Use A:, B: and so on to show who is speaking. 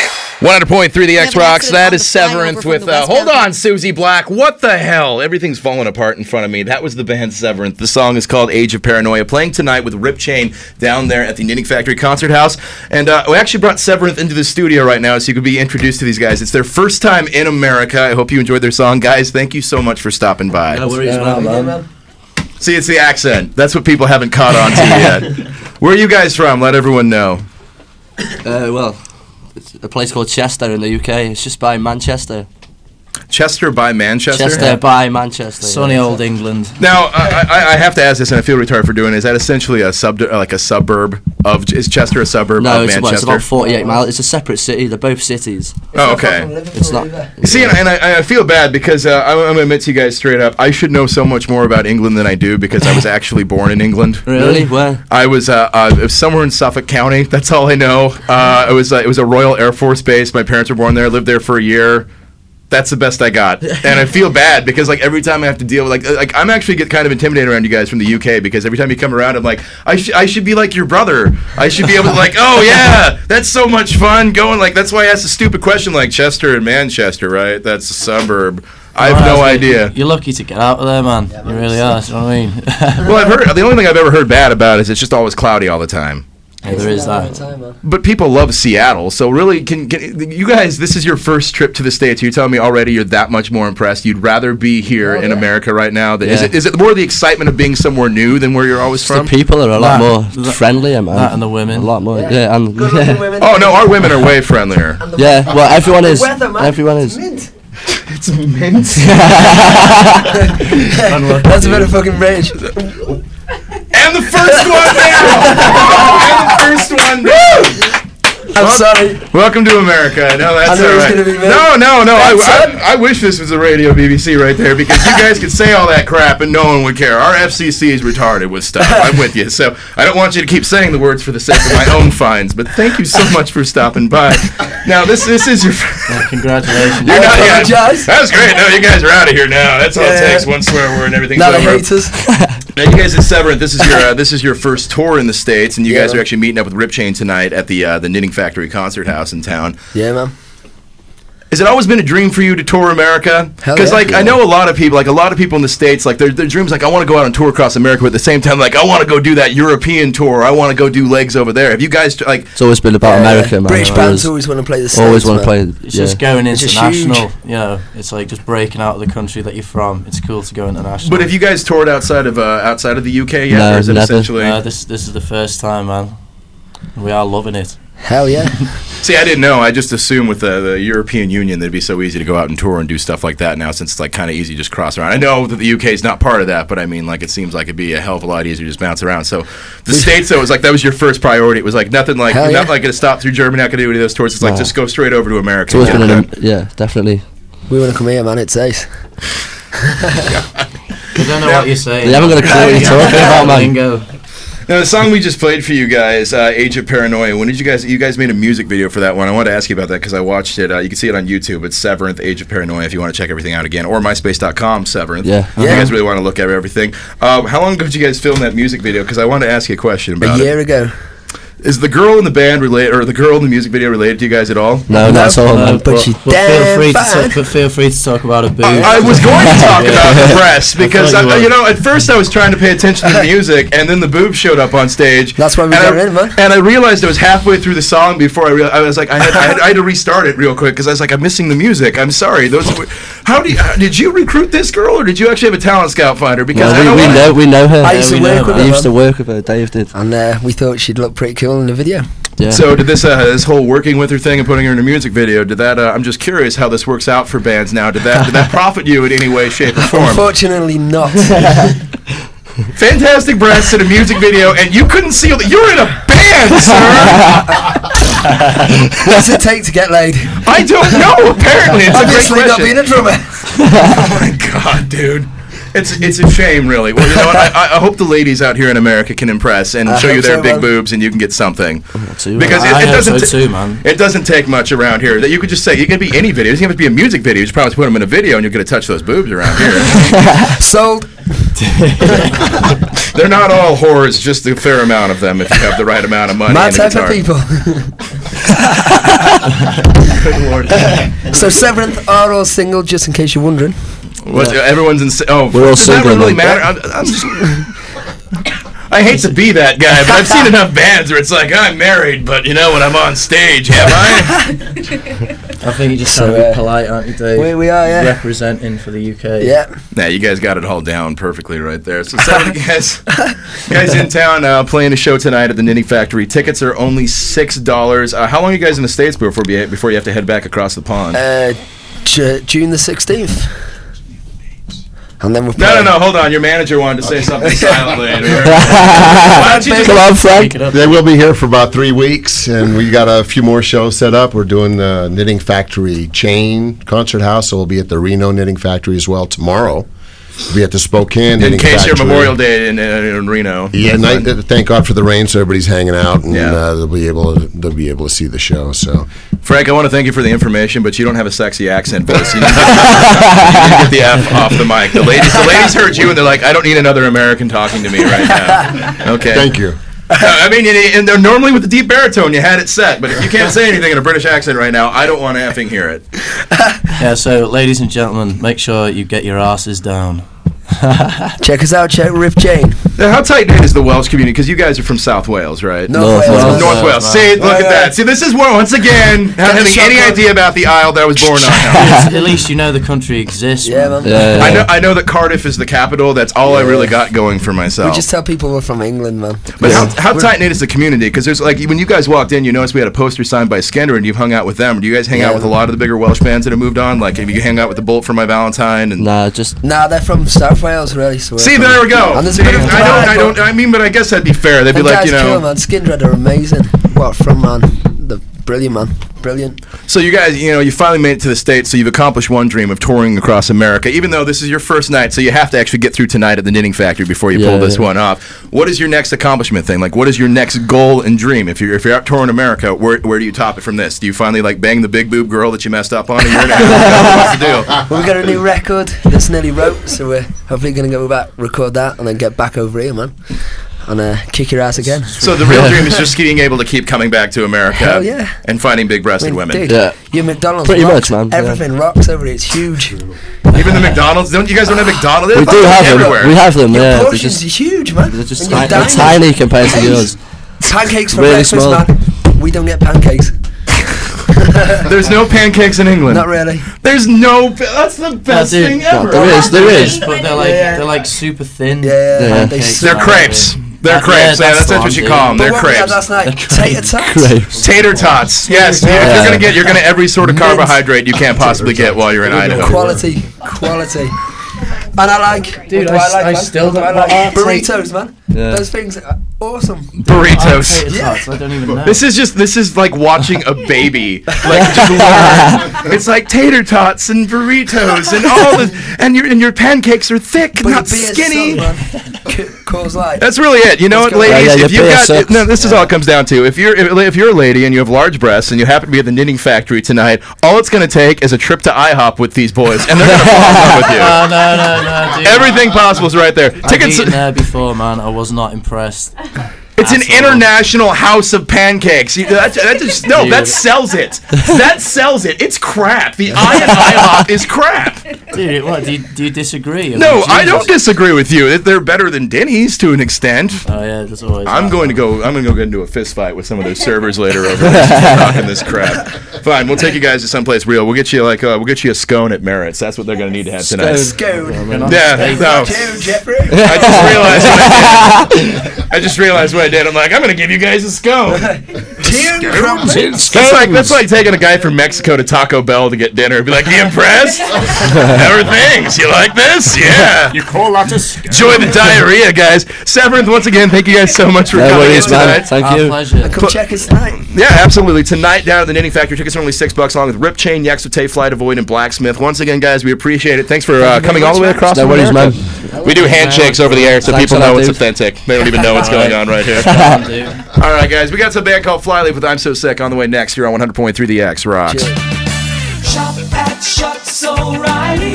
A: 100.3 The
B: have
A: X
B: an
A: Rocks.
B: accident
A: That
B: on
A: is
B: the flyover
A: Severance
B: from
A: with.
B: the
A: Uh,
B: West
A: hold
B: Bound.
A: on, Susie Black. What the hell? Everything's falling apart in front of me. That was the band Severance. The song is called Age of Paranoia. Playing tonight with Rip Chain down there at the Knitting Factory Concert House. And uh, we actually brought Severance into the studio right now so you could be introduced to these guys. It's their first time in America. I hope you enjoyed their song. Guys, thank you so much for stopping by. See, it's the accent. That's what people haven't caught on to yet. Where are you guys from? Let everyone know.
C: Uh, well, it's a place called Chester in the UK. It's just by Manchester.
A: Chester by Manchester.
C: Chester by Manchester.
D: Sunny old England.
A: Now I, I, I have to ask this, and I feel retarded for doing. it. Is that essentially a sub, like a suburb of? Is Chester a suburb
C: No,
A: of
C: it's, well, it's
A: Manchester?
C: about 48 miles. It's a separate city. They're both cities.
A: oh, okay.
C: It's not.
A: See, and, and I, I feel bad because uh, I'm, I'm gonna admit to you guys straight up, I should know so much more about England than I do because I was actually born in England.
C: Really? Where?
A: I was uh, uh, somewhere in Suffolk County. That's all I know. Uh, it was uh, it was a Royal Air Force base. My parents were born there. Lived there for a year. That's the best I got, and I feel bad because like every time I have to deal with like uh, like I'm actually get kind of intimidated around you guys from the UK because every time you come around I'm like I should I should be like your brother I should be able to like oh yeah that's so much fun going like that's why I asked a stupid question like Chester and Manchester right that's a suburb I have no idea
D: You're lucky to get out of there, man. you really are. You know what I mean?
A: well I've heard the only thing I've ever heard bad about is it's just always cloudy all the time.
D: Yeah, there is that.
A: But people love Seattle, so really, can, can you guys? This is your first trip to the states. You're telling me already you're that much more impressed. You'd rather be here in America right now. Than, Is
C: Oh, Yeah.
A: it is it more the excitement of being somewhere new than where you're always
C: The
A: from?
C: people are a lot
D: That-
C: more
D: that-
C: friendlier, man.
D: that and the women.
C: A lot more. Yeah, and yeah.
A: oh no, our women are way friendlier.
C: yeah. Well, everyone is.
E: Weather, man.
C: everyone
E: It's
C: is.
E: mint.
A: it's mint.
E: That's a better fucking bridge.
A: and the first one now. and the first one. Now.
E: I'm sorry.
A: Welcome to America. No, that's
E: I knew it
A: all
E: was
A: right.
E: gonna be mint.
A: no, no, no. I,
E: That's
A: I, I wish this was a radio BBC right there because you guys could say all that crap and no one would care. Our FCC is retarded with stuff. I'm with you. So I don't want you to keep saying the words for the sake of my own fines. But thank you so much for stopping by. Now this this is your.
D: Congratulations.
A: You're not, yeah,
E: apologize.
A: that was great. No, you guys are out of here now. That's all it
E: Yeah.
A: takes. One swear word and everything's
E: Now they
A: over.
E: hate us.
A: Now you guys at Severant, this is your uh, this is your first tour in the states, and you guys are actually meeting up with Rip Chain tonight at the uh, the Knitting Factory Concert House in town.
E: Yeah, man.
A: Has it always been a dream for you to tour America?
E: Hell
A: Because
E: yeah.
A: like I know a lot of people, like a lot of people in the states, like their their dreams, like I want to go out and tour across America, but at the same time, like I want to go do that European tour. I want to go do legs over there. Have you guys like?
C: It's always been about America, man.
E: British
C: I
E: bands
C: always,
E: always want to play the
C: always
E: States,
C: want to
E: man.
C: play.
D: It's
C: yeah.
D: just going
E: It's just huge.
D: international. you know, it's like just breaking out of the country that you're from. It's cool to go international.
A: But have you guys toured outside of uh, outside of the UK yet,
C: No,
A: or is it
C: never.
A: essentially?
D: Uh, this this is the first time, man. We are loving it.
E: Hell yeah.
A: See, I didn't know. I just assumed with the, the European Union, that it'd be so easy to go out and tour and do stuff like that now, since it's like kind of easy to just cross around. I know that the UK is not part of that, but I mean, like it seems like it'd be a hell of a lot easier to just bounce around. So the states, though, was like that was your first priority. It was like nothing like
E: Hell
A: not
E: yeah.
A: like gonna stop through Germany. Not gonna do any of those tours. It's like
C: No.
A: just go straight over to America.
C: It's always
A: Yeah.
C: been an. Yeah, definitely.
E: we want to come here, man. It's ace.
D: I don't know what you're saying.
C: They haven't got a clue what you're talking about, man.
D: Lingo.
A: Now the song we just played for you guys, uh, "Age of Paranoia." When did you guys? You guys made a music video for that one. I wanted to ask you about that because I watched it. Uh, you can see it on YouTube. It's Severanth Age of Paranoia. If you want to check everything out again, or MySpace.com Severanth.
C: Yeah.
A: If you
E: Yeah. uh-huh.
A: guys really want to look at everything. Um, how long ago did you guys film that music video? Because I want to ask you a question
E: A
A: about
E: year ago.
A: it. Is the girl in the band related, or the girl in the music video related to you guys at all?
C: No, not
F: Oh,
C: at all,
D: No,
C: man.
E: but she
D: Uh, But feel
E: damn
D: free to
E: fine.
D: talk, but feel free to talk about a boo.
A: I was going to talk about the breasts because
D: thought
A: I,
D: you
A: you,
D: were.
A: know at first I was trying to pay attention to the music and then the boob showed up on stage.
E: That's why we
A: and
E: got
A: I,
E: rid of her.
A: And I realized it was halfway through the song before I realized I was like I had, I had, I had to restart it real quick because I was like I'm missing the music. I'm sorry. Those were, how do you, how- did you recruit this girl or did you actually have a talent scout finder? Because
C: No,
A: I don't
C: we, we
A: wanna-
C: know we know her.
E: I used to
D: we know
E: work with
D: that.
C: I
E: her.
C: used to
E: man.
C: work with her. Dave did.
E: And uh, we thought she'd look pretty cool in the video.
C: Yeah.
A: So did this uh, this whole working with her thing and putting her in a music video? Did that? Uh, I'm just curious how this works out for bands now. Did that did that profit you in any way, shape, or form?
E: Unfortunately, not.
A: Fantastic breasts in a music video, and you couldn't see that you're in a band, sir.
E: What's it take to get laid?
A: I don't know. Apparently, it's a
E: Obviously,
A: great
E: not
A: question.
E: being a drummer.
A: oh my god, dude. It's, it's a shame, really. Well, you know what? I, I- I hope the ladies out here in America can impress and show you
E: hope
A: their
E: so,
A: big
E: man.
A: boobs, and you can get something.
C: Too,
A: Because
D: I
A: it, it
D: hope so
A: doesn't. ta-
D: too, man.
A: It doesn't take much around here. That you could just say it could be any video. It doesn't have to be a music video. You just promise to put them in a video, and you're gonna touch those boobs around here.
E: Sold.
A: They're not all whores, just a fair amount of them if you have the right amount of money.
E: My
A: and a
E: type of
A: guitar.
E: people.
A: Good lord.
E: So Seventh are all single, just in case you're wondering.
A: What's- Everyone's in. Oh,
B: We're all
A: does that
B: single
A: really
B: like
A: matter? I'm, I'm just. I hate to be that guy, but I've seen enough bands where it's like I'm married, but you know when I'm on stage, have I?
D: I think you just
E: So,
D: trying to
E: uh,
D: be polite, aren't you, Dave?
E: Where we are, yeah.
D: Representing for the UK.
E: Yeah.
A: nah, you guys got it all down perfectly right there. So seven guys, guys in town uh, playing a show tonight at the Knitting Factory. Tickets are only six dollars. Uh, how long are you guys in the states before be- before you have to head back across the pond?
E: Uh, Ju- June the 16th. And then we're
A: no, no,
E: playing-
A: no. Hold on. Your manager wanted to say something silently. Why don't you just-
B: Come on, Frank.
F: They will be here for about three weeks, and we got a few more shows set up. We're doing the Knitting Factory chain concert house, so we'll be at the Reno Knitting Factory as well tomorrow. We'll be at the Spokane
A: In
F: Knitting
A: case
F: Factory.
A: your Memorial Day in, uh, in Reno.
F: Yeah, and I, uh, thank God for the rain, so everybody's hanging out, and
A: Yeah.
F: uh, they'll be able to, they'll be able to see the show. So
A: Frank, I want to thank you for the information, but you don't have a sexy accent voice. You need to get the F off the mic. The ladies, the ladies heard you, and they're like, "I don't need another American talking to me right now." Okay.
F: thank you.
A: I mean, and, and they're normally with the deep baritone, you had it set, but if you can't say anything in a British accent right now, I don't want to effing hear it.
D: Yeah, so ladies and gentlemen, make sure you get your asses down.
E: Check us out, check Riff Jane.
A: Now, how tight knit is the Welsh community? Because you guys are from South Wales, right?
E: No,
B: North
E: way.
B: Wales.
A: North Wales. See, look at that. See, this is where once again not having any idea about the isle that I was born on.
D: At least you know the country exists.
E: Yeah,
D: man.
E: man.
B: Yeah.
A: I know, I know that Cardiff is the capital. That's all I really got going for myself.
E: We just tell people we're from England, man.
A: But how, how tight knit is the community? Because there's like when you guys walked in, you noticed we had a poster signed by Skender, and you've hung out with them. Do you guys hang out
E: Yeah.
A: with a lot of the bigger Welsh bands that have moved on? Like, have you hang out with the Bolt for my Valentine? And
B: Nah, just
E: Nah, they're from South Wales, really. So we're
A: see,
E: from-
A: there we go.
E: And there's
A: See,
E: a
A: I
E: bit of
A: don't,
E: pride,
A: I don't.
E: but-
A: I mean, but I guess that'd be fair. They'd be
E: Them
A: like,
E: guys
A: you
E: kill,
A: know.
E: man. Skindred are amazing. What from man? The brilliant man, brilliant.
A: So you guys, you know, you finally made it to the states. So you've accomplished one dream of touring across America, even though this is your first night. So you have to actually get through tonight at the Knitting Factory before you
B: Yeah,
A: pull this
B: yeah.
A: one off. What is your next accomplishment thing? Like, what is your next goal and dream? If you're if you're out touring America, where where do you top it from this? Do you finally like bang the big boob girl that you messed up on? And you're in what to do?
E: Well, we got a new record that's nearly wrote, so we're hopefully gonna go back, record that, and then get back over here, man, and uh, kick your ass again.
A: So the real dream is just being able to keep coming back to America
E: Hell yeah.
A: and finding
E: I
A: big-breasted
E: mean,
A: women.
E: dude,
B: Yeah.
E: your McDonald's
B: Pretty
E: rocks.
B: much, man, yeah.
E: Everything rocks over here. It's huge.
A: Even the McDonald's. Don't you guys don't have McDonald's?
B: we
A: They're
B: do
A: fucking
B: have
A: everywhere.
B: them. We have them.
E: Your
B: yeah, they're
E: portions
B: just
E: are huge, man.
D: They're just
E: And
D: tiny.
E: you're
B: they're
E: dining.
B: tiny compared to yours.
E: Pancakes for
B: Really
E: breakfast,
B: small.
E: man. We don't get pancakes.
A: There's no pancakes in England.
E: Not really.
A: There's no. pa- That's the best
D: dude.
A: thing
D: No,
A: ever.
B: There is, there is.
D: But they're like
E: Yeah.
D: they're like super thin.
E: Yeah,
B: Yeah.
E: they
D: Pancakes.
E: suck.
A: They're
D: Yeah.
A: crepes. They're
D: That-
A: crepes.
D: yeah,
A: Yeah,
D: that's
A: that's,
D: what
A: what you
D: I'm
A: call them.
D: doing.
A: They're
E: But what we had last
A: crepes.
E: night, tater tots.
B: Grapes.
A: Tater tots. Yes. Yeah. If you're gonna get, you're gonna every sort of carbohydrate you can't possibly get while you're in Idaho.
E: Quality, quality. And I like,
D: Dude,
E: what do
D: I
E: I,
D: s-
E: like,
D: I
E: man?
D: still
E: What do
D: don't
E: I like
D: like-
E: burritos, man.
B: Yeah.
E: Those things are awesome.
D: Potato
A: Burritos.
D: tots, I don't even know.
A: This is just this is like watching a baby like just learn. It's like tater tots and burritos and all the and your and your pancakes are thick,
E: But
A: not
E: the beer
A: skinny.
E: sucked, man. C- Cause light.
A: That's really it. You know what,
E: Let's go.
A: ladies?
B: Yeah, yeah,
A: if
B: the
A: you
B: beer
A: got
B: sucks.
A: no, this is all it comes down to. If you're if, if you're a lady and you have large breasts and you happen to be at the knitting factory tonight, all it's going to take is a trip to IHOP with these boys, and they're going to fall in love with you.
D: no, no, no, no, dude.
A: Everything possible is right there.
D: I've
A: Tickets.
D: eaten there before, man. I was not impressed.
A: It's an
D: Asshole.
A: international house of pancakes. You, that, that just no. That
D: Dude.
A: sells it. That sells it. It's crap. The I and IHOP is crap.
D: Dude, what? Do you, do you disagree? mean,
A: No, I
D: Jesus.
A: don't disagree with you. They're better than Denny's to an extent.
D: Oh yeah, there's always.
A: I'm
D: that.
A: going to go. I'm going to go get into a fist fight with some of those servers later over there, talking this crap. Fine, we'll take you guys to someplace real. We'll get you like uh, we'll get you a scone at Merritt's. That's what they're going to need to have tonight. Oh,
E: Scone.
A: Yeah, no.
E: Jim, Jeffrey.
A: I just realized. What I, did. I just realized what I did. I'm like, I'm going to give you guys a scone.
E: Jim Crumpet.
A: That's like that's like taking a guy from Mexico to Taco Bell to get dinner. Be like, you impressed? How are things? You like this? Yeah. You call that a Enjoy the diarrhea, guys. Severinth, once again, thank you guys so much for
B: No
A: coming in
B: worries, man.
A: tonight.
B: Thank
D: Our
B: you.
D: pleasure.
E: Come check us tonight.
A: Yeah, absolutely. Tonight down at the Knitting Factory, tickets are only six bucks, along with Rip Chain, Yaxote, Flight Avoid, and Blacksmith. Once again, guys, we appreciate it. Thanks for uh, coming all the way across.
B: No
A: from
B: worries, man.
A: America. We do handshakes over the air, so
B: Thanks
A: people
B: a lot,
A: know it's
B: dude.
A: authentic. They don't even know what's going on right here.
D: dude.
A: all right, guys, we got some band called Flyleaf with "I'm So Sick" on the way next here on 100.3 The X Rocks.
E: Cheers.
G: Shop at Shucks O'Reilly.